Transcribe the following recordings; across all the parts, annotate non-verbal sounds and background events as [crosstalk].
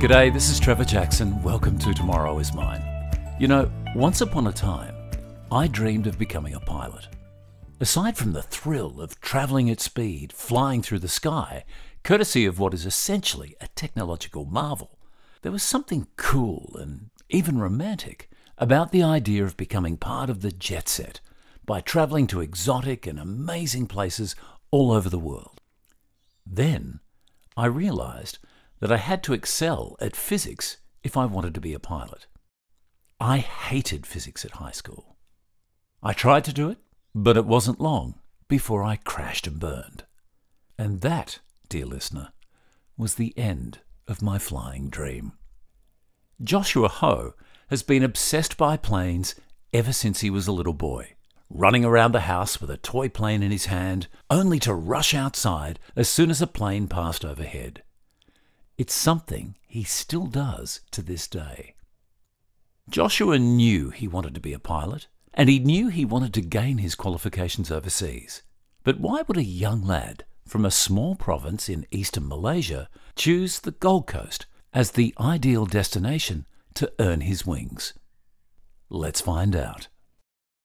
G'day, this is Trevor Jackson. Welcome to Tomorrow Is Mine. You know, once upon a time, I dreamed of becoming a pilot. Aside from the thrill of travelling at speed, flying through the sky, courtesy of what is essentially a technological marvel, there was something cool and even romantic about the idea of becoming part of the jet set by travelling to exotic and amazing places all over the world. Then I realised that I had to excel at physics if I wanted to be a pilot. I hated physics at high school. I tried to do it, but it wasn't long before I crashed and burned. And that, dear listener, was the end of my flying dream. Joshua Ho has been obsessed by planes ever since he was a little boy, running around the house with a toy plane in his hand, only to rush outside as soon as a plane passed overhead. It's something he still does to this day. Joshua knew he wanted to be a pilot, and he knew he wanted to gain his qualifications overseas. But why would a young lad from a small province in eastern Malaysia choose the Gold Coast as the ideal destination to earn his wings? Let's find out.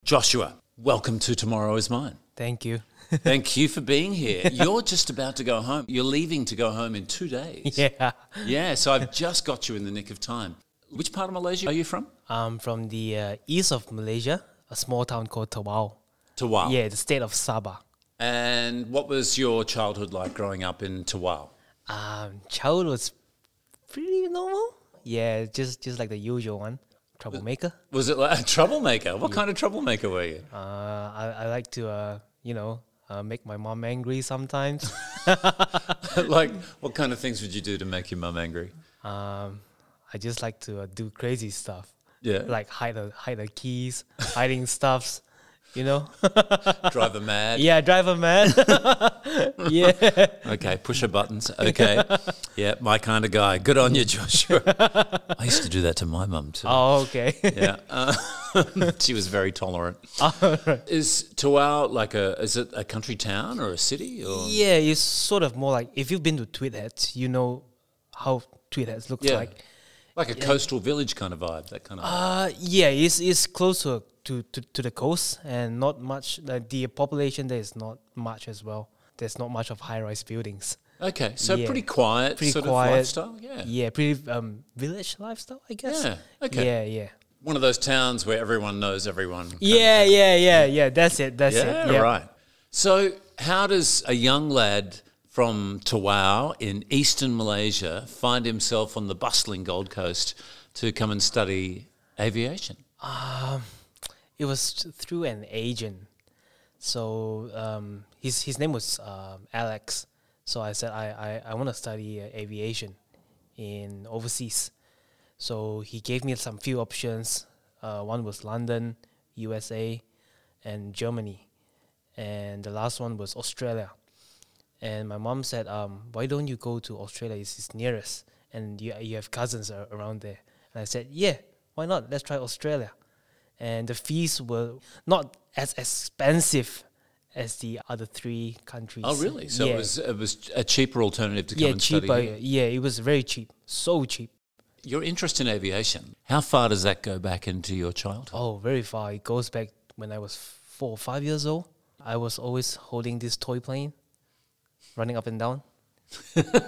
Joshua, welcome to Tomorrow Is Mine. Thank you. Thank you for being [laughs] here. You're just about to go home. You're leaving to go home in two days. [laughs] yeah. Yeah, so I've just got you in the nick of time. Which part of Malaysia are you from? I'm from the uh, east of Malaysia, a small town called Tawau. Tawau. Yeah, the state of Sabah. And what was your childhood like growing up in Tawau? Um, childhood was pretty normal. Yeah, just just like the usual one, troublemaker. Was it like a troublemaker? What kind of troublemaker were you? [laughs] Uh, I, I like to uh, you know uh, make my mom angry sometimes. like, what kind of things would you do to make your mum angry? um, I just like to uh, do crazy stuff. Yeah. Like hide the hide the keys, hiding stuffs. You know. Drive her mad? [laughs] yeah, driver man. yeah. Okay, push her buttons. [laughs] Okay. yeah, my kind of guy. Good on you, Joshua. [laughs] I used to do that to my mum too. Oh, okay. Yeah. Uh, [laughs] she was very [laughs] tolerant. Oh, Is Tawau like a, is it a country town or a city? Or? Yeah, it's sort of more like if you've been to Tweedheads, you know how Tweedheads looks Yeah. like. Like a coastal village kind of vibe, that kind of. Uh yeah, it's it's closer to, to, to the coast and not much the, the population there is not much as well. There's not much of high rise buildings. okay, so Uh, yeah. pretty quiet Pretty sort quiet. of lifestyle. Yeah. Yeah, pretty um village lifestyle, I guess. Yeah, okay. Yeah, yeah. One of those towns where everyone knows everyone. kind of Yeah, yeah, yeah, yeah. That's it. That's Yeah, it. Yeah. right. So, how does a young lad from Tawau in eastern Malaysia find himself on the bustling Gold Coast to come and study aviation? It was th- through an agent. So um, his his name was um, Alex. So I said I I, I want to study uh, aviation in overseas. So he gave me some few options. Uh, one was London, USA, and Germany, and the last one was Australia. And my mom said, um, "Why don't you go to Australia? It's, it's nearest, and you you have cousins a- around there." And I said, "Yeah, why not? Let's try Australia." And the fees were not as expensive as the other three countries. Oh, really? So yeah, it was it was a cheaper alternative to come yeah and cheaper. study. here. Yeah, it was very cheap, so cheap. Your interest in aviation. How far does that go back into your childhood? Oh, very far. It goes back when I was four or five years old. I was always holding this toy plane, running up and [laughs] down.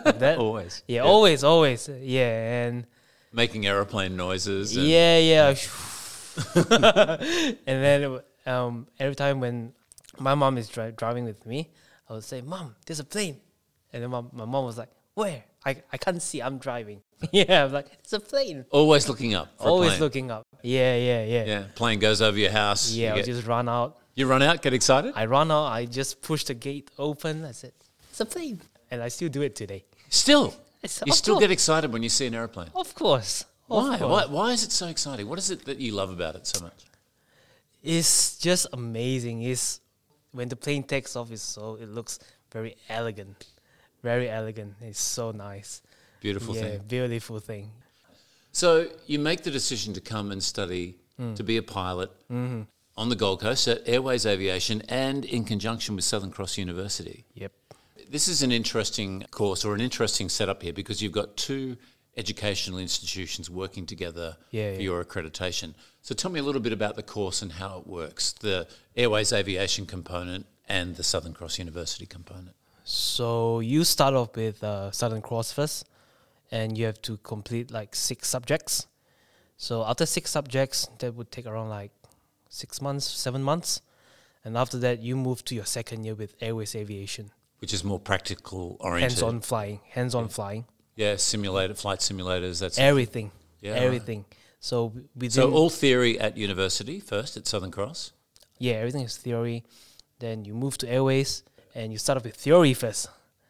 Like that. Always. Yeah, always, always. Yeah, and Making aeroplane noises. and- yeah, yeah. [laughs] and then um, every time when my mom is dri- driving with me, I would say, "Mom, there's a plane," and then my, my mom was like, "Where? I, I can't see. I'm driving." [laughs] yeah, I'm like, "It's a plane." Always looking up. for a Always plane. looking up. Yeah, yeah, yeah. Yeah, Yeah, plane goes over your house. you, I would get- just run out. you run out, get excited. I run out. I just push the gate open. I said, "It's a plane," and I still do it today. Still, It's- you of still course. get excited when you see an aeroplane. Of course. Of Why? course. Why? Why is it so exciting? What is it that you love about it so much? It's just amazing. It's when the plane takes off. It's so it looks very elegant, very elegant. It's so nice. Beautiful yeah, thing. beautiful thing. So you make the decision to come and study Mm. to be a pilot Mm-hmm. on the Gold Coast at Airways Aviation, and in conjunction with Southern Cross University. Yep. This is an interesting course or an interesting setup here because you've got two educational institutions working together Yeah, for yeah. your accreditation. So tell me a little bit about the course and how it works, the Airways Aviation component and the Southern Cross University component. So you start off with uh, Southern Cross first, and you have to complete like six subjects. So after six subjects, that would take around like six months, seven months, and after that, you move to your second year with Airways Aviation, Which is more practical oriented. hands-on flying, hands-on flying, Yeah, simulated flight simulators. That's everything, Yeah, right. everything. So w- within so all theory at university first at Southern Cross. yeah, everything is theory. Then you move to airways and you start off with theory first.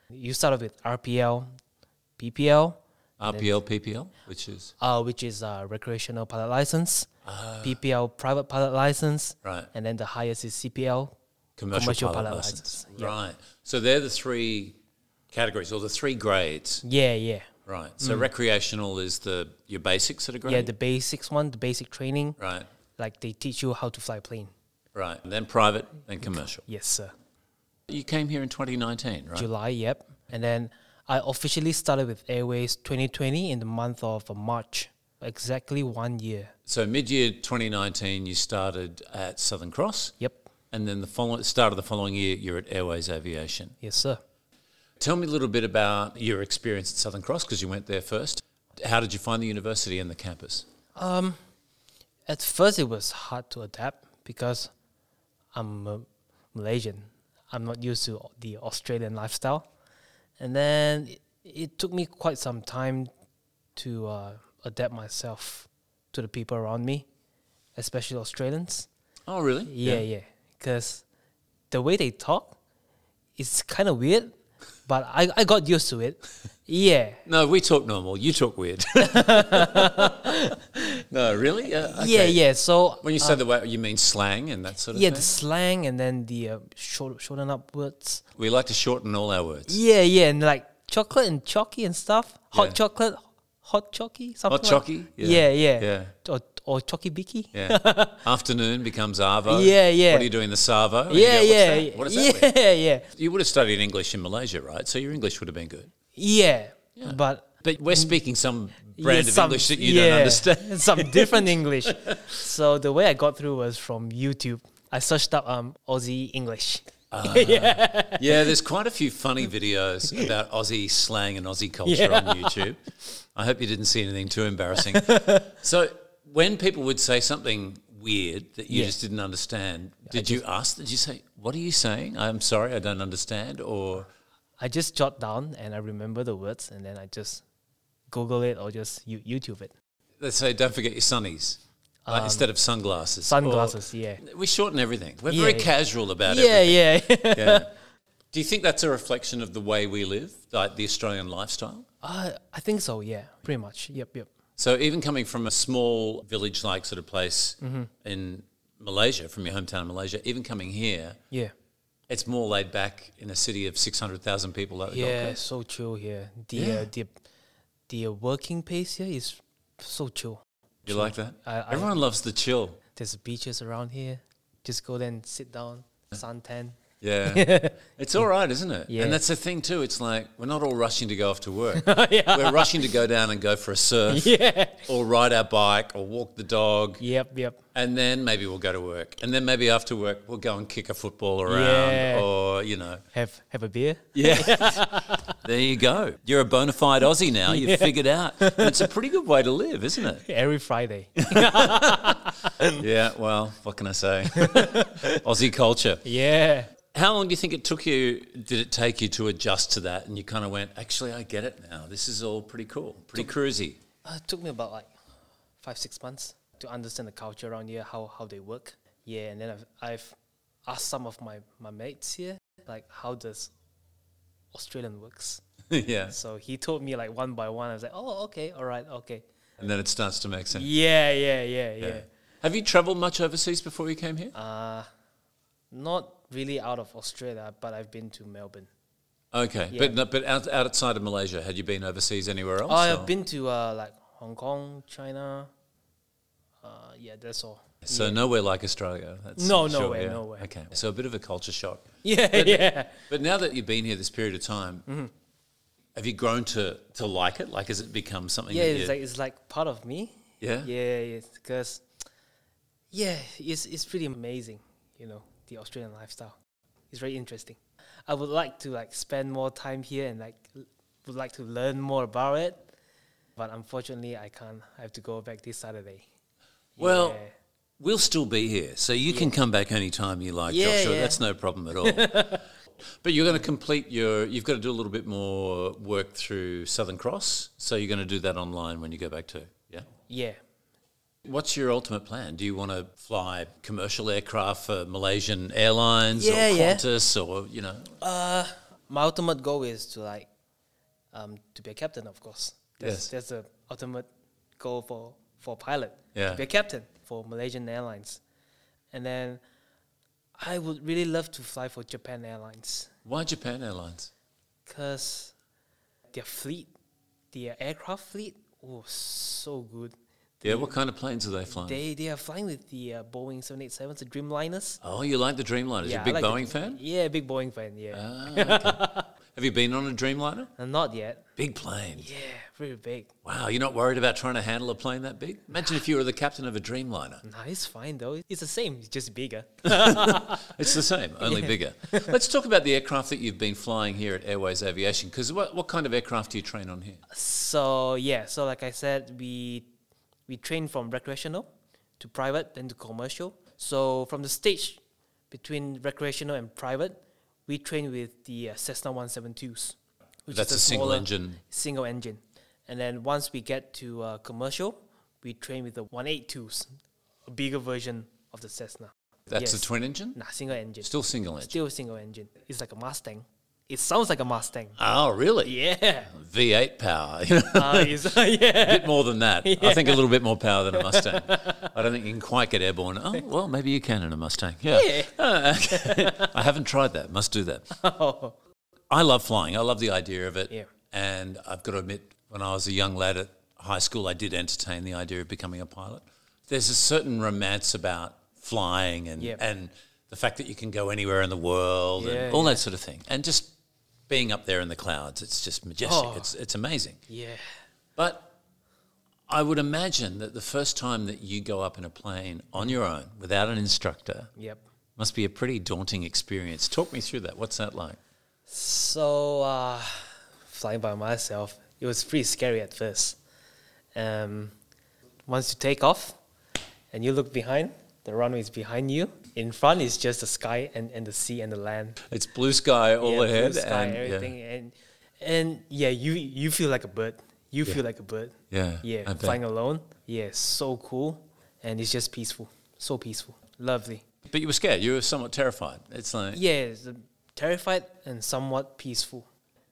You start off with RPL, PPL, RPL, PPL, which is uh, which is uh, recreational pilot license, PPL private pilot license, Ah. Right. and then the highest is CPL. commercial, Commercial pilot, pilot license. license, yeah. Right. So they're the three categories or the three grades. Yeah, yeah, Right. So recreational is the your basics at a grade. Mm. yeah. The basics one, the basic training, right. like they teach you how to fly a plane. Right. And then private, then commercial. Yes, sir. You came here in 2019, right? July, yep. And then I officially started with Airways 2020 in the month of uh, March, exactly one year. So mid-year 2019, you started at Southern Cross. Yep. And then the following start of the following year, you're at Airways Aviation. Yes, sir. Tell me a little bit about your experience at Southern Cross because you went there first. How did you find the university and the campus? Um, at first it was hard to adapt because I'm a Malaysian. I'm not used to the Australian lifestyle, and then it, it took me quite some time to uh, adapt myself to the people around me, especially Australians. Oh, really? Yeah, yeah. Because the way they talk is kind of weird, but I, I got used [laughs] to it. Yeah. No, we talk normal. You talk [laughs] weird. no, really? Yeah. Yeah, okay. yeah. So When you say the way, you mean slang and that sort of yeah, the thing? slang and then the uh, short, shorten up words. we like to shorten all our words. Yeah, yeah, and like chocolate and chalky and stuff. Hot Yeah. chocolate, hot chalky, something. Hot chocky? Like. Yeah. yeah, Yeah. Or, or chocky bicky. Yeah. [laughs] Afternoon becomes Arvo. Yeah, yeah. What are you doing, the Savo? And you yeah, go, "What's yeah, that? What does that [laughs] yeah, mean? yeah, You would have studied English in Malaysia, right? So your English would have been good. yeah, But But we're speaking Mm. some brand of yeah, some- English that you yeah, don't understand. [laughs] some [laughs] different English. So the way I got through was from YouTube. I searched up um Aussie English. [laughs] Yeah, there's quite a few funny [laughs] videos about Aussie slang and Aussie culture on YouTube. I hope you didn't see anything too [laughs] embarrassing. so, when people would say something weird that you Yeah. just didn't understand, did you ask? Did you say, "What are you saying? I'm sorry, I don't understand," or I just jot down and I remember the words, and then I just Google it or just you- YouTube it. let's say, "Don't forget your sunnies." Like, instead of sunglasses, or- Um, Oh. Sunglasses, [laughs] yeah. we shorten everything. We're Yeah, very yeah. casual about it. Yeah, yeah. Yeah. Do you think that's a reflection of the way we live, like the Australian lifestyle? [laughs] uh, I think so, yeah. Pretty much. Yep, yep. So even coming from a small village like sort of place Mm-hmm. in Malaysia, from your hometown in Malaysia, even coming here, Yeah. it's more laid back in a city of six hundred thousand people like the Gold Yeah, Coast. so chill here. The Yeah. uh, the the uh, working pace here is so chill. You like that? I- I- Everyone loves the chill. There's beaches around here. Just go there and sit down, [laughs] suntan. [laughs] Yeah, it's all right, isn't it? Yeah. And that's the thing too. It's like we're not all rushing to go off to work. [laughs] yeah. We're rushing to go down and go for a surf, Yeah. or ride our bike, or walk the dog, Yep, yep. and then maybe we'll go to work, and then maybe after work we'll go and kick a football around, Yeah. or you know, Have have a beer. Yeah. there you go. You're a bona fide Aussie now. You've figured out. And it's a pretty good way to live, isn't it? [laughs] Every Friday. Yeah, well, what can I [laughs] say? Aussie culture. yeah. How long do you think it took you, did it take you to adjust to that? And you kind of went, actually, I get it now. This is all pretty cool, pretty cruisy. [laughs] Uh, it took me about like five, six months to understand the culture around here, how, how they work. Yeah, and then I've, I've asked some of my, my mates here, like, how does Australian works? yeah. So he told me like one by one. I was like, oh, okay, all right, okay. And then it starts to make sense. Yeah, yeah, yeah, yeah. Have you traveled much overseas before you came here? Not really out of Australia, but I've been to Melbourne. okay. But, no- but out, outside of Malaysia, had you been overseas anywhere else? Oh, I've or- been to uh, like Hong Kong, China. Uh, yeah, that's all. [laughs] So nowhere like Australia. That's No, for sure, nowhere, yeah. nowhere. Okay. So a bit of a culture shock. Yeah, yeah. Mm-hmm. But now that you've been here this period of time, have you grown to to like it? Like, has it become something? Yeah, that it's you- like it's like part of me. Yeah? yeah, because yeah, it's it's pretty amazing. You know, the Australian lifestyle. It's very interesting. I would like to like spend more time here and like l- would like to learn more about it, but unfortunately, I can't. I have to go back this Saturday. Well, Yeah. we'll still be here, so you can come back any time you like, Yeah, Joshua. yeah. That's no problem at all. [laughs] but you're going to complete your. You've got to do a little bit more work through Southern Cross, so you're going to do that online when you go back too. Yeah. Yeah, What's your ultimate plan? Do you want to fly commercial aircraft for Malaysian Airlines Yeah, or yeah. Qantas or you know? Uh, my ultimate goal is to like, um, to be a captain, of course. That's, Yes. That's the ultimate goal for for pilot. Yeah. To be a captain for Malaysian Airlines, and then I would really love to fly for Japan Airlines Why Japan Airlines? because their fleet, their aircraft fleet, oh, so good. Yeah, what kind of planes are they flying? They they are flying with the uh, Boeing 787s, the Dreamliners. oh, you like the Dreamliners? You're a I big like the- Boeing fan? Yeah, big Boeing fan. Yeah, Ah, okay. Have you been on a Dreamliner? Uh, not yet. Big plane. Yeah, very big. Wow, you're not worried about trying to handle a plane that big? Imagine if you were the captain of a Dreamliner. Nah, it's fine though. It's the same, it's just bigger. It's the [laughs] same, only bigger. Let's talk about the aircraft that you've been flying here at Airways Aviation, because what, what kind of aircraft do you train on here? so yeah, so like I said, we we train from recreational to private, then to commercial. So from the stage between recreational and private, we train with the uh, Cessna 172s. Which That's the a single smaller engine. Single engine, and then once we get to uh, commercial, we train with the 182s, a bigger version of the Cessna. That's Yes. a twin engine? Nah, single engine. Still single engine. Still single engine. It's like a Mustang. It sounds like a Mustang. [laughs] Oh, really? Yeah. V8 power. [laughs] you know, a Uh, it's- yeah. bit more than that. I think a little bit more power than a [laughs] Mustang. I don't think you can quite get airborne. Oh, well, maybe you can in a Mustang. Yeah. Yeah. Ah, okay. I haven't tried that. Must do that. [laughs] Oh, I love flying. I love the idea of it. Yeah. And I've got to admit, when I was a young lad at high school, I did entertain the idea of becoming a pilot. There's a certain romance about flying and, Yeah. and the fact that you can go anywhere in the world Yeah, and all that sort of thing. And just being up there in the clouds, it's just majestic. Oh. It's, it's amazing. yeah. But I would imagine that the first time that you go up in a plane on your own without an instructor Yep. must be a pretty daunting experience. Talk me through that. What's that like? So, uh, flying by myself, it was pretty scary at first. Um, once you take off and you look behind, the runway is behind you. In front is just the sky and, and the sea and the land. It's blue sky all yeah, ahead. blue sky, and, everything. And, and yeah, you, you feel like a bird. You feel like a bird. Yeah, Yeah. I bet. Flying alone. Yeah, so cool. And it's just peaceful. So peaceful. Lovely. Yeah. But you were scared. You were somewhat terrified. It's like Yeah, it's, uh, terrified and somewhat peaceful.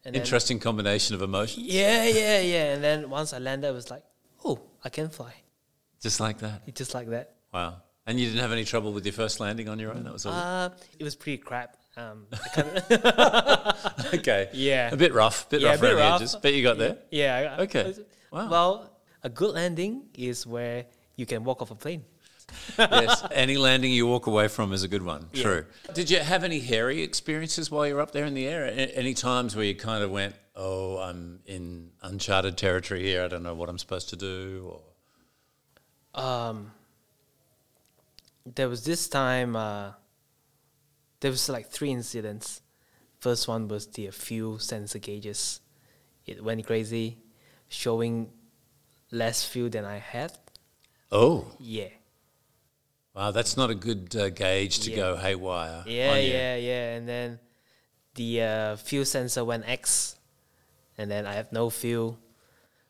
And then- interesting combination of emotion, yeah, yeah, yeah. And then once I landed, I was like, oh, I can fly. just like that. It's just like that. Wow. And you didn't have any trouble with your first landing on your own. That was all. Uh, it was pretty crap. Um, [laughs] okay. yeah. A bit rough. Bit Yeah, a rough bit around rough. the edges, but you got there. yeah. I- I- Okay. I was- Wow. Well, a good landing is where you can walk off a plane. yes. Any landing you walk away from is a good one. True. Did you have any hairy experiences while you were up there in the air? A- Any times where you kind of went, "Oh, I'm in uncharted territory here. I don't know what I'm supposed to do." Or um, there was this time uh, there was like three incidents. First one was the fuel sensor gauges. It went crazy, showing less fuel than I had. oh, Yeah, wow, that's not a good uh, gauge to Yeah. go haywire. yeah, on you. yeah, yeah. And then the uh, fuel sensor went X, and then I have no fuel.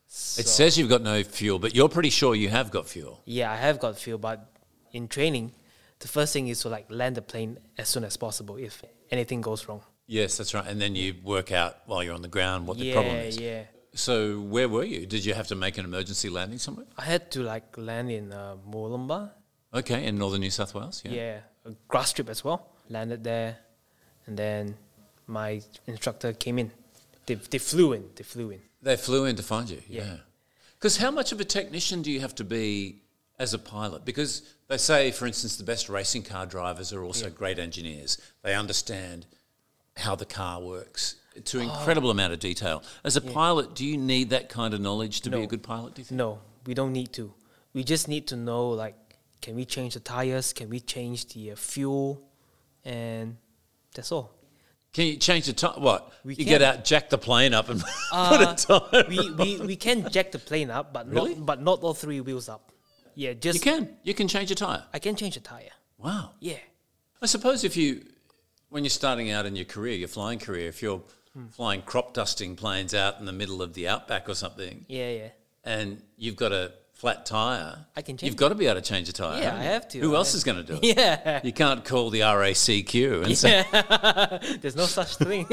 It So- says you've got no fuel, but you're pretty sure you have got fuel. Yeah, I have got feel, but in training, the first thing is to like land the plane as soon as possible if anything goes wrong. Yes, that's right. And then you work out while you're on the ground what the problem is. yeah. So where were you? Did you have to make an emergency landing somewhere? I had to like land in uh, Moolumba. Okay, in northern New South Wales. Yeah. a grass strip as well. Landed there, and then my instructor came in. They, they flew in. They flew in. They flew in to find you. Yeah. Yeah. Because how much of a technician do you have to be as a pilot? Because they say, for instance, the best racing car drivers are also great engineers. They understand how the car works. to Oh. incredible amount of detail. As a pilot, do you need that kind of knowledge to be a No. good pilot? Do you think? No, we don't need to. We just need to know like, can we change the tires? Can we change the uh, fuel? And that's [laughs] all. Can you change the time? What We you get can. out, jack the plane up, and [laughs] Uh, put a time. we, we, we can jack the plane up, but Really? not but not all three wheels up. Yeah, just You can. You can change a tire. I can change the tire. Wow. Yeah, I suppose if you, when you're starting out in your career, your flying career, if you're Hmm. flying crop dusting planes out in the middle of the outback or something, yeah, [laughs] yeah. and you've got a flat tire, I can change You've got to be able to change a tire. Yeah, haven't I you? have to. Who I else have is going to [laughs] do it? Yeah, You can't call the RACQ and say, there's no such [laughs] thing.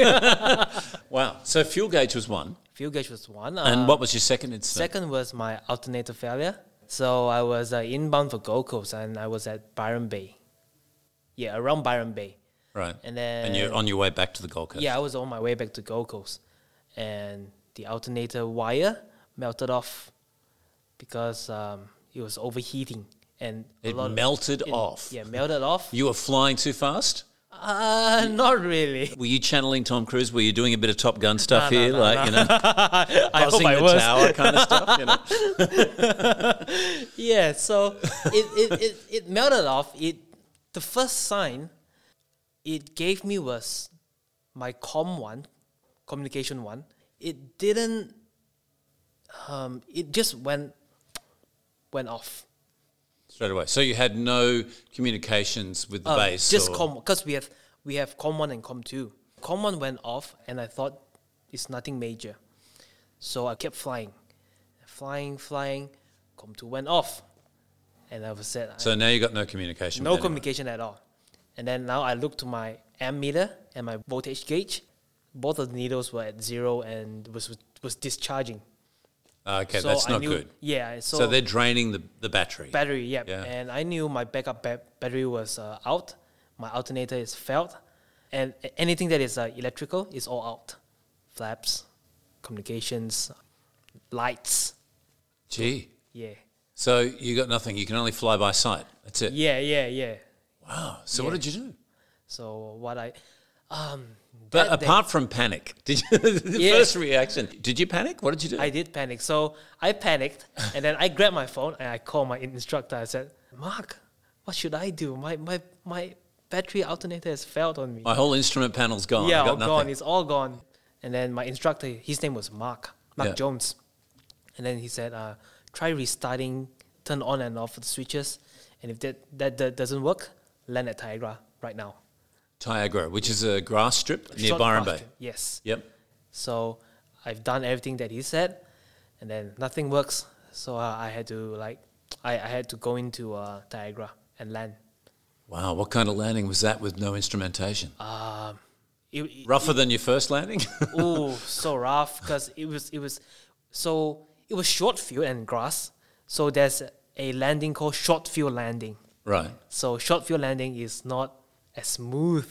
"Wow." So fuel gauge was one, Fuel gauge was one. and uh, what was your second incident? Second was my alternator failure. So I was uh, inbound for Gold Coast, and I was at Byron Bay. Yeah, around Byron Bay. right, and and you're then- on your way back to the Gold Coast. Yeah, I was on my way back to Gold Coast, and the alternator wire melted off because um, it was overheating, and a it lot of- melted it- off. Yeah, [laughs] melted off. You were flying too fast. Uh, not [laughs] really. Were you channeling Tom Cruise? Were you doing a bit of Top Gun stuff [laughs] no, here, no, like you know, I hope buzzing I the was. tower kind of stuff? You know? Yeah, so it, it, it, it melted off. It the first sign it gave me was my com one, communication one. It didn't um, it just went went off. [laughs] Straight away. So you had no communications with the Uh, base. just or- com because we have we have com one and com two. Com one went off, and I thought it's nothing major, so I kept flying, flying, flying. Com two went off, and I was said So now you got no communication. no with anyone. communication at all. And then now I look to my ammeter and my voltage gauge. Both of the needles were at zero and was was discharging. Ah, okay, So that's I not knew- good. Yeah. So, So, they're draining the, the battery. battery, yeah. Yeah. And I knew my backup ba- battery was uh, out. My alternator is failed, and a- anything that is uh, electrical is all out. Flaps, communications, lights. Gee. Yeah. So you got nothing. You can only fly by sight. That's it. Yeah. Yeah. Yeah. Wow. So what Yeah. did you do? So what I, um, But that day- apart from panic, [laughs] did you, the Yeah. first reaction? Did you panic? What did you do? I did panic. So I panicked, and then I grabbed my phone and I called my instructor. I said, "Mark, what should I do? My my my battery alternator has failed on me. My whole instrument panel's gone. yeah, I all got gone. nothing. It's all gone." And then my instructor, his name was Mark, Mark Yeah. Jones, and then he said, uh, "Try restarting, turn on and off the switches, and if that that, that doesn't work, land at Tiagra right now." Niagara, which is a grass strip near Short Byron faster. Bay. Yes. Yep. So I've done everything that he said, and then nothing works. So uh, I had to like, I, I had to go into uh, Niagara and land. Wow. What kind of landing was that with no instrumentation? Um, it, it, Rougher than your first landing? [laughs] ooh, so rough because it was it was so it was short field and grass. So there's a landing called short field landing. right. So short field landing is not as smooth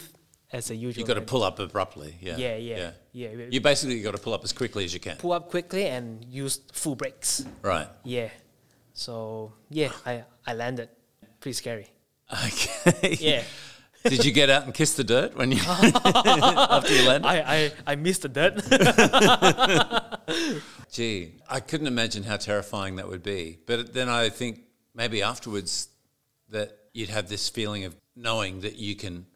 as a usual. You got to landing. pull up abruptly. Yeah. Yeah, yeah, yeah. You basically got to pull up as quickly as you can. pull up quickly and use full brakes. Right. Yeah. So yeah, I I landed. Pretty scary. Okay. Yeah. [laughs] Did you get out and kiss the dirt when you [laughs] after you landed? [laughs] I, I, I missed the [laughs] dirt. Gee, I couldn't imagine how terrifying that would be. But then I think maybe afterwards that you'd have this feeling of knowing that you can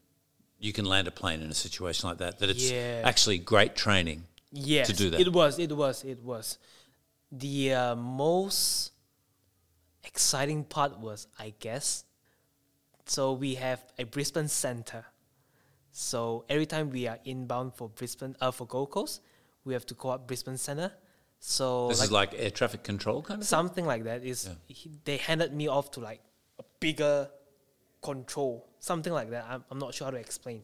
you can land a plane in a situation like that. That it's Yeah. actually great training. yes. do that. It was, it was, it was. The uh, most exciting part was, I guess, so we have a Brisbane center. So every time we are inbound for Brisbane, uh, for Gold Coast, we have to call up Brisbane center. So This like, is like air traffic control kind of thing. something like that is he, they handed me off to like a bigger control something like that I'm, I'm not sure how to explain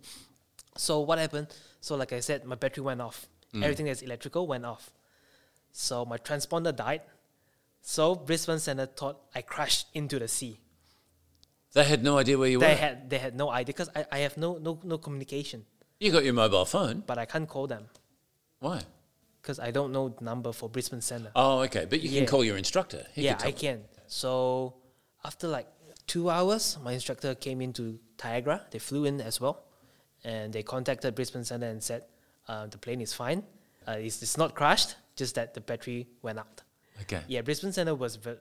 so what happened so like i said my battery went off everything that's electrical went off so my transponder died so brisbane center thought i crashed into the sea They had no idea where you they were. had they had no idea because I, I have no, no no communication you got your mobile phone. but i can't call them Why? because i don't know the number for brisbane center Oh, okay. But you Yeah. can call your instructor. He yeah, could tell I can. So after like two hours, my instructor came into Niagara. They flew in as well, and they contacted Brisbane Centre and said, uh, the plane is fine. Uh, it's, it's not crashed, just that the battery went out. Okay. Yeah, Brisbane Center was. Ve-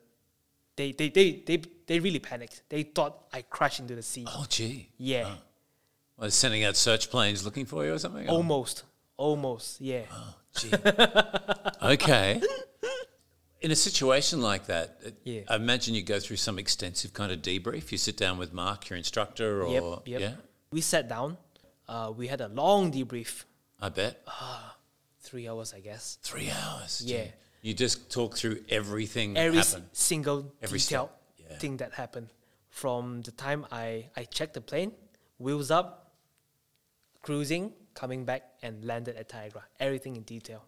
they, they, they, they, they really panicked. They thought I crashed into the sea. Oh, gee. yeah, uh. Well, they're sending out search planes looking for you or something? Oh, almost. Almost, yeah. gee. [laughs] okay. In a situation like that, it- Yeah. I imagine you go through some extensive kind of debrief. You sit down with Mark, your instructor, or. yep, yep. oh, Yeah, We sat down. Uh, we had a long debrief, I bet. three hours, I guess. Three hours. gee. Yeah. You just talk through everything that Every s- happened. single Every detail step, yeah. thing that happened. From the time I, I checked the plane, wheels up, cruising, coming back, and landed at Niagara. Everything in detail.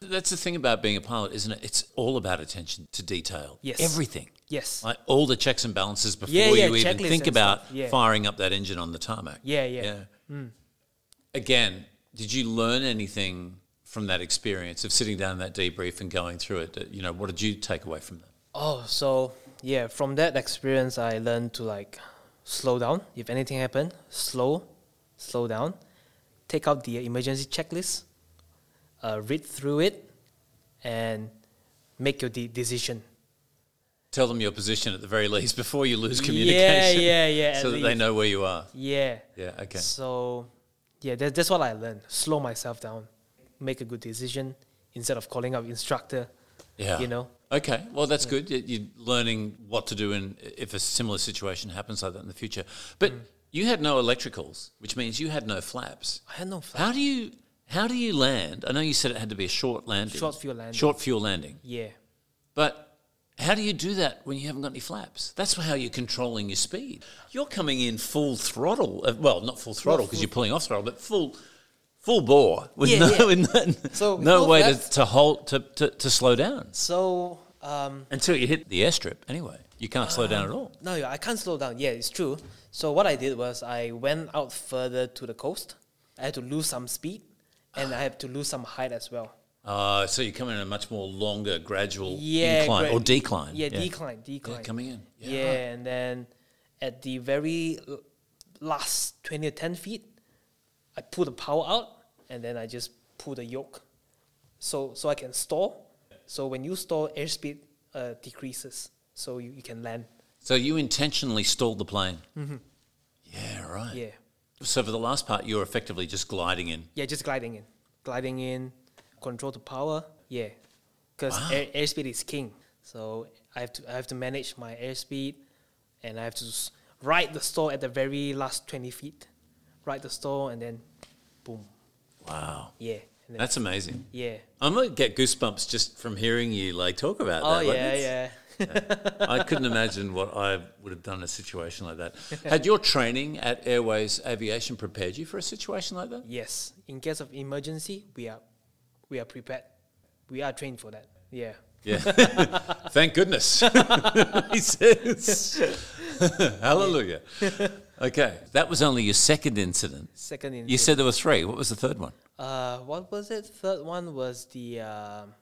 That's the thing about being a pilot, isn't it? It's all about attention to detail. Yes. Everything. Yes. Like all the checks and balances before Yeah, yeah, you even checklists think and about stuff, yeah. firing up that engine on the tarmac. Yeah, Hmm. yeah. Again, did you learn anything from that experience of sitting down in that debrief and going through it? That, You know, what did you take away from that? Oh, so yeah, from that experience, I learned to like slow down. If anything happened, slow, slow down. Take out the emergency checklist, uh, read through it, and make your de- decision. Tell them your position at the very least before you lose Yeah, communication. yeah, yeah, [laughs] at So that they least. know where you are. Yeah. Yeah, okay. So, yeah, that, that's what I learned. Slow myself down, make a good decision instead of calling up instructor. Yeah. You know. Okay. Well, that's good. You- You're learning what to do in if a similar situation happens like that in the future. But Hmm. you had no electricals, which means you had no flaps. I had no flaps. How do you how do you land? I know you said it had to be a short landing. Short fuel landing. Short fuel landing. Yeah. But how do you do that when you haven't got any flaps? That's how you're controlling your speed. You're coming in full throttle. uh, Well, not full throttle because you're pulling off throttle, but full full bore with Yeah, no yeah. with no, So [laughs] no full way to, flaps. to hold to, to, to slow down. So. Um, Until you hit the airstrip, anyway. You can't slow down at all. No, yeah, I can't slow down. Yeah, it's true. So what I did was I went out further to the coast. I had to lose some speed, and I had to lose some height as well. Uh, so you're coming in a much more longer, gradual Yeah, incline gra- or decline. Yeah, decline, decline. coming in. Yeah. Yeah. and then at the very l- last twenty or ten feet, I pull the power out, and then I just pull the yoke, so so I can stall. So when you stall, airspeed uh, decreases, so you, you can land. So you intentionally stalled the plane. Yeah, right. Mm-hmm. Yeah. So for the last part, you're effectively just gliding in. Yeah, just gliding in, gliding in, control the power. Yeah, because Wow. air, airspeed is king. So I have to I have to manage my airspeed, and I have to s- ride the stall at the very last twenty feet, ride the stall, and then, boom. Wow. Yeah. And then, That's amazing. yeah. I'm going to get goosebumps just from hearing you like talk about Oh that. Like, yeah, it's- yeah. I couldn't imagine what I would have done in a situation like that. Had your training at Airways Aviation prepared you for a situation like that? Yes. In case of emergency, we are, we are prepared. We are trained for that. Yeah. Yeah. Thank goodness. [laughs] he says. [laughs] Hallelujah. Okay. That was only your second incident. Second in You said there were three. What was the third one? Uh, what was it? Third one was the um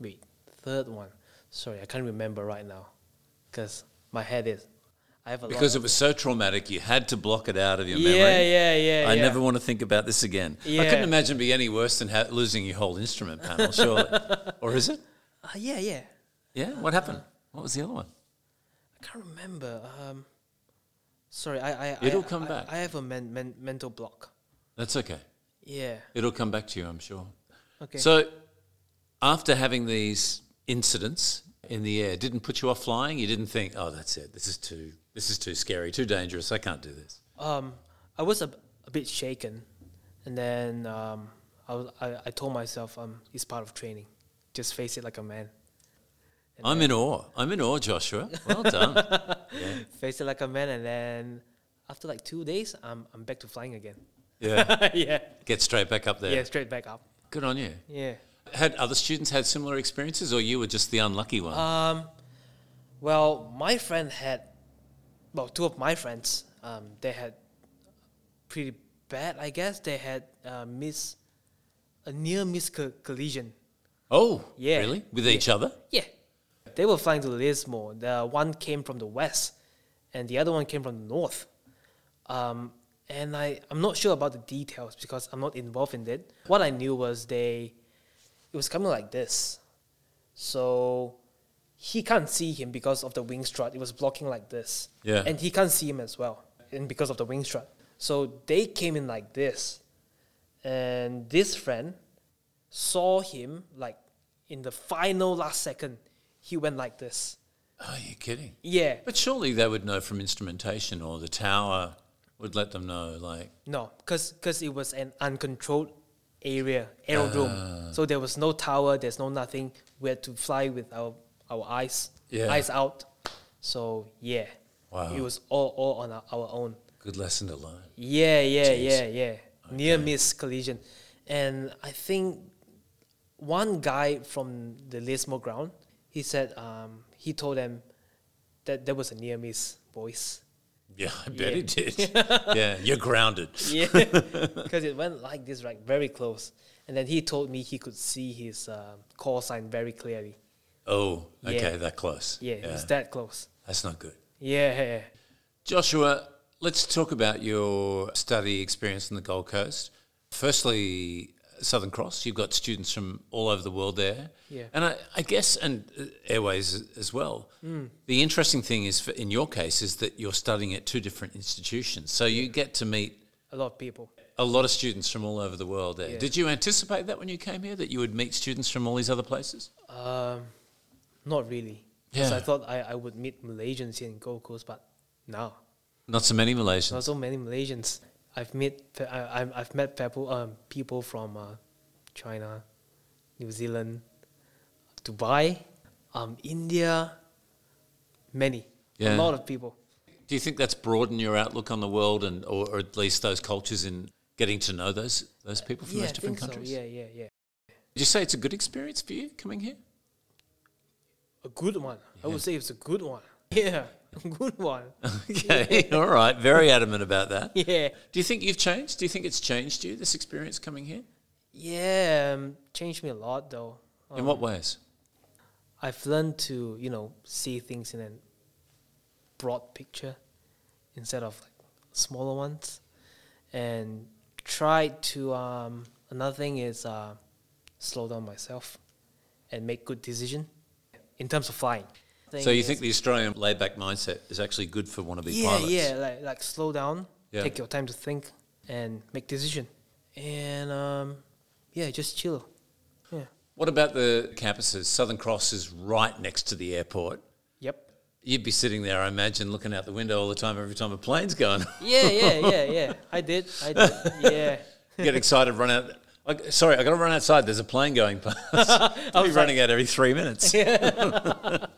wait, third one. Sorry, I can't remember right now, because my head is. I have a Because lot it was so traumatic, you had to block it out of your of, yeah, memory. yeah, yeah. I yeah. never want to think about this again. I couldn't Yeah. imagine it being any worse than ha- losing your whole instrument panel, [laughs] surely. or is it? Uh, yeah, yeah. Yeah. What happened? What was the other one? I can't remember. Um, sorry, I, I. It'll I, come I- back. I have a men, men, mental block. That's okay. Yeah. It'll come back to you, I'm sure. Okay. So, after having these incidents in the air, didn't put you off flying. You didn't think, "Oh, that's it. This is too. This is too scary. Too dangerous. I can't do this." um, I was a, a bit shaken, and then um, I, was, I, I told myself, um, it's part of training. Just face it like a man. I'm in awe. I'm in awe, Joshua. Well [laughs] done. Face it like a man, and then after like two days, I'm I'm back to flying again. yeah. yeah, Get straight back up there. yeah, straight back up. Good on you. Yeah. Had other students had similar experiences, or you were just the unlucky one? Um, well, my friend had, well, two of my friends, um, they had pretty bad. I guess they had uh, miss a near miss co- collision. oh, yeah. Really? With each other? Yeah, they were flying to Lismore. The one came from the west, and the other one came from the north. Um, and I I'm not sure about the details because I'm not involved in it. What I knew was they, it was coming like this, so he can't see him because of the wing strut. It was blocking like this, Yeah. and he can't see him as well, and because of the wing strut. So they came in like this, and this friend saw him like in the final last second. He went like this. Are you kidding? Yeah. But surely they would know from instrumentation or the tower would let them know, like, No, because it was an uncontrolled area, aerodrome. Ah. so there was no tower, there's no nothing. We had to fly with our, our eyes, Yeah. eyes out. So yeah, Wow. it was all, all on our, our own. good lesson to learn. [laughs] Yeah, yeah, yeah, yeah. Near miss collision. And I think one guy from the Lismore ground, he said um, he told them that there was a near miss, boys. Yeah, I bet he did. [laughs] yeah, you're grounded. [laughs] Yeah, because it went like this, like very close. And then he told me he could see his uh, call sign very clearly. Oh, okay, Yeah. that close. Yeah, it was that close. That's not good. Yeah, Joshua, let's talk about your study experience on the Gold Coast. Firstly, Southern Cross, you've got students from all over the world there. Yeah. And I, I guess, and uh, Airways as- as well. Mm. The interesting thing is, for, in your case, is that you're studying at two different institutions. So you get to meet a lot of people. a lot of students from all over the world there. Yeah. Did you anticipate that when you came here, that you would meet students from all these other places? Um, not really. 'Cause Yeah. I thought I, I would meet Malaysians here in Gold Coast, but no, Not so many Malaysians. not so many Malaysians. I've met pe- I, I'm- I've met people um, people from uh, China, New Zealand, Dubai, um, India, many, Yeah. a lot of people. Do you think that's broadened your outlook on the world and or, or at least those cultures in getting to know those those people from Uh, yeah, those I different think countries? So. Yeah, yeah, yeah. Did you say it's a good experience for you coming [laughs] here? [laughs] A good one. I would say it's a good one. [laughs] Yeah, a good one. [laughs] Okay. [laughs] All right. Very adamant about that. yeah, Do you think you've changed? Do you think it's changed you, this experience coming here? yeah. Um, changed me a lot though. Um, in what ways? I've learned to you know see things in a broad picture instead of like smaller ones, and try to. Um, another thing is uh, slow down myself and make good decision in terms of flying. So you is- think the Australian laid back mindset is actually good for wannabe yeah, pilots? Yeah, like like slow down, Yeah. take your time to think and make decision, and um, yeah, just chill. Yeah. What about the campuses? Southern Cross is right next to the airport. [laughs] Yep. You'd be sitting there, I imagine, looking out the window all the time every time a plane's going. [laughs] Yeah, yeah, yeah, yeah. I did. I did. Yeah. get excited, run out. I, sorry, I got to run outside. There's a plane going past. [laughs] I'll be running out every three minutes. yeah, [laughs]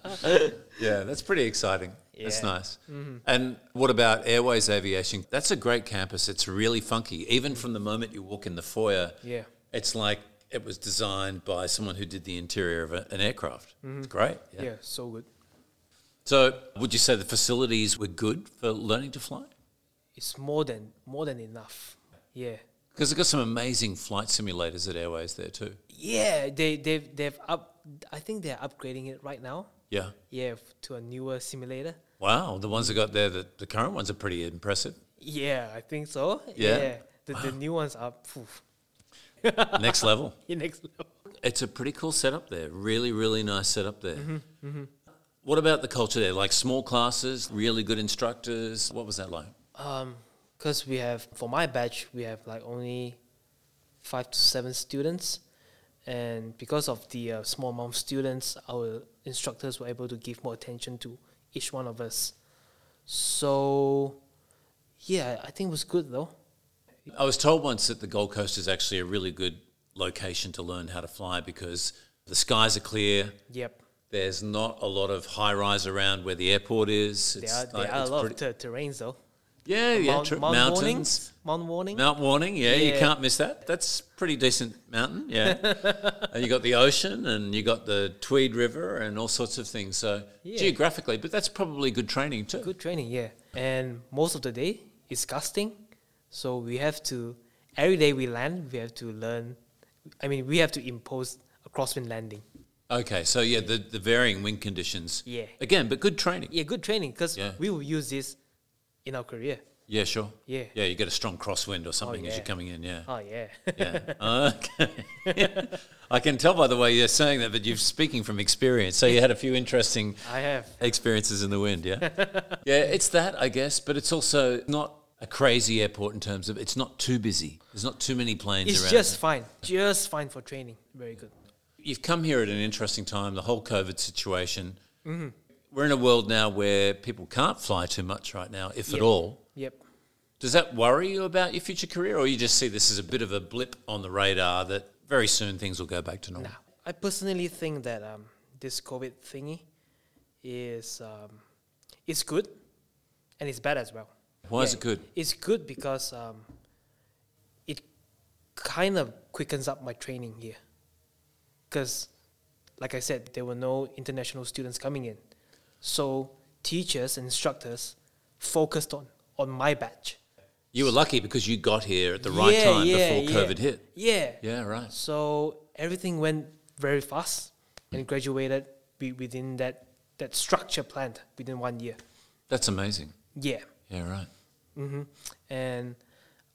that's pretty exciting. That's Yeah. Mm-hmm. nice. And what about Airways Aviation? That's a great campus. It's really funky. Even from the moment you walk in the foyer, Yeah. it's like it was designed by someone who did the interior of a, an aircraft. It's great. Mm-hmm. Yeah. so good. So, would you say the facilities were good for learning to fly? It's more than more than enough. Yeah. Because they've got some amazing flight simulators at Airways there too. Yeah. They they've they've up. I think they're upgrading it right now. Yeah. Yeah, f- to a newer simulator. Wow, the ones that got there, the, the current ones are pretty impressive. Yeah, I think so. Yeah. The, the new ones are phew, [laughs] Next [laughs] level. next level. It's a pretty cool setup there. Really, really nice setup there. mm-hmm. What about the culture there? Like small classes, really good instructors. What was that like? because Um, we have for my batch we have like only five to seven students and because of the uh, small amount of students our instructors were able to give more attention to each one of us so yeah i think it was good though I was told once that the Gold Coast is actually a really good location to learn how to fly because the skies are clear. yep There's not a lot lot of high rise around where the airport is. there are, like- there are a it's lot pretty- of ter- terrains though yeah, yeah, Mount- true. mount mountains. warnings mount warning Mount Warning, yeah, you Yeah. can't miss that. That's pretty decent mountain, [laughs] yeah. and you got the ocean, and you got the Tweed River, and all sorts of things. So Yeah. geographically, but that's probably good training too. good training yeah and most of the day is casting so we have to every day we land we have to learn i mean we have to impose a crosswind landing Okay, so yeah, the, the varying wind conditions. Yeah. Again, but good training. yeah good training because Yeah. we will use this in our career Yeah, sure. Yeah. Yeah, you get a strong crosswind or something as yeah. you're coming in. Yeah. Oh yeah. Yeah. Okay. I can tell by the way you're saying that, but you're speaking from experience. So you had a few interesting [laughs] I have. experiences in the wind, [laughs] yeah? yeah, it's that, I guess, but it's also not a crazy airport in terms of it's not too busy. There's not too many planes It's around. just fine. Just fine for training. Very good. You've come here at an interesting time, the whole COVID situation. Mm-hmm. We're in a world now where people can't fly too much right now, if at Yep. all. Yep. Does that worry you about your future career, or you just see this as a bit of a blip on the radar that very soon things will go back to normal? I personally think that um, this COVID thingy is um, it's good and it's bad as well. Why is Yeah, it good? It's good because um, it kind of quickens up my training here. Because, like I said, there were no international students coming in. So, teachers and instructors focused on, on my batch. You were lucky because you got here at the right Yeah, time yeah, before yeah. COVID hit. Yeah. Yeah, right. So, everything went very fast and graduated be within that, that structure planned within one year. That's amazing. Yeah. Yeah, right. hmm And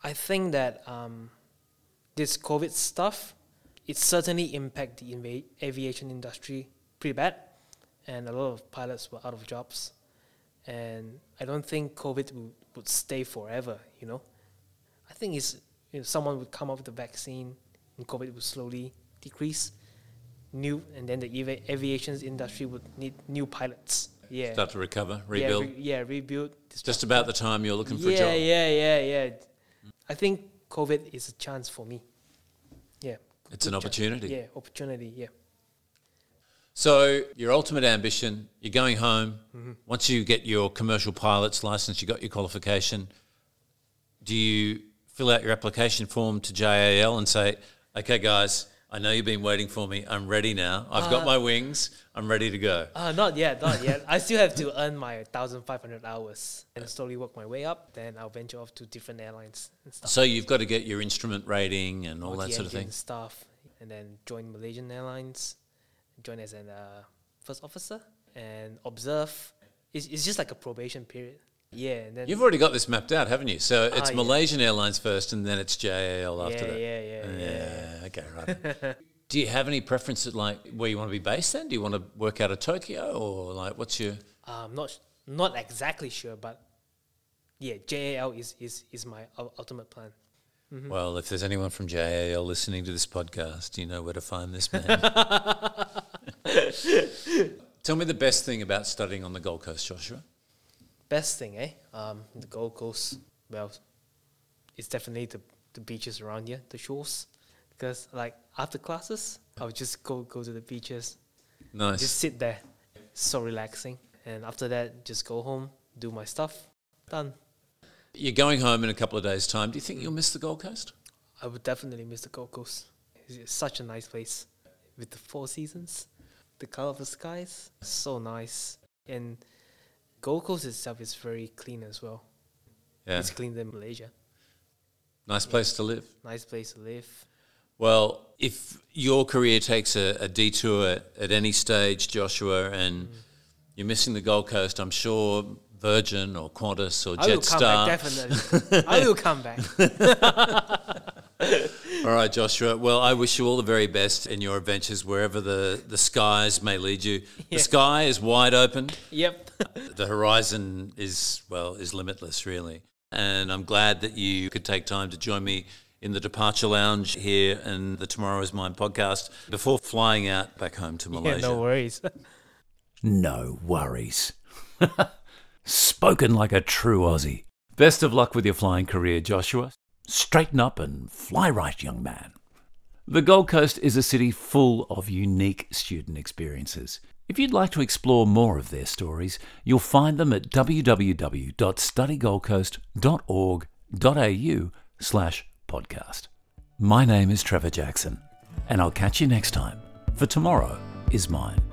I think that um, this COVID stuff, it certainly impacted the inva- aviation industry pretty bad, and a lot of pilots were out of jobs. And I don't think COVID would, would stay forever, you know. I think it's, you know, someone would come up with a vaccine and COVID would slowly decrease, new, and then the avi- aviation industry would need new pilots. Yeah. Start to recover, yeah, rebuild. re- yeah, rebuild. Just about the time you're looking for yeah, a job. Yeah, yeah, yeah, I think COVID is a chance for me. Yeah. It's an opportunity. Yeah, opportunity. Yeah. So your ultimate ambition, you're going home. Mm-hmm. Once you get your commercial pilot's license, you got your qualification. Do you fill out your application form to JAL and say, "Okay, guys, I know you've been waiting for me. I'm ready now. I've got my wings. I'm ready to go." Uh, not yet, not [laughs] yet. I still have to earn my 1,500 hours and slowly work my way up. Then I'll venture off to different airlines and stuff. So you've got to get your instrument rating and all that the sort of engine thing. Stuff. And then join Malaysian Airlines, join as an uh, first officer and observe. It's, it's just like a probation period. Yeah. And then You've already got this mapped out, haven't you? So it's Ah, yeah. Malaysian Airlines first, and then it's JAL after yeah, that. yeah, yeah, yeah, Yeah. Okay. Right. [laughs] Do you have any preference at like where you want to be based? Then do you want to work out of Tokyo or like what's your? I'm not s- not exactly sure, but yeah, JAL is is is my ul- ultimate plan. Mm-hmm. Well, if there's anyone from JAL listening to this podcast, you know where to find this [laughs] man. [laughs] Tell me the best thing about studying on the Gold Coast, Joshua. Best thing, eh? Um, the Gold Coast. Well, it's definitely the the beaches around here, the shores, because like after classes, I would just go go to the beaches, Nice. just sit there, so relaxing, and after that, just go home, do my stuff, done. You're going home in a couple of days' time. Do you think you'll miss the Gold Coast? I would definitely miss the Gold Coast. It's it's such a nice place with the four seasons, the color of the skies, so nice. And Gold Coast itself is very clean as well. Yeah. It's cleaner than Malaysia. Nice place to live. Nice place to live. Well, if your career takes a, a detour at any stage, Joshua, and Mm. you're missing the Gold Coast, I'm sure Virgin or Qantas or I will come Jetstar. back, definitely. I will come [laughs] back. All right, Joshua. Well, I wish you all the very best in your adventures wherever the, the skies may lead [laughs] you. The Yeah. sky is wide open. Yep. the horizon is well is limitless really and i'm glad that you could take time to join me in the departure lounge here in the tomorrow is mine podcast before flying out back home to Yeah, malaysia no worries. No worries. [laughs] Spoken like a true Aussie. Best of luck with your flying career, Joshua. Straighten up and fly right, young man. The Gold Coast is a city full of unique student experiences. If you'd like to explore more of their stories, you'll find them at www.studygoldcoast.org.au slash podcast. My name is Trevor Jackson, and I'll catch you next time, for tomorrow is mine.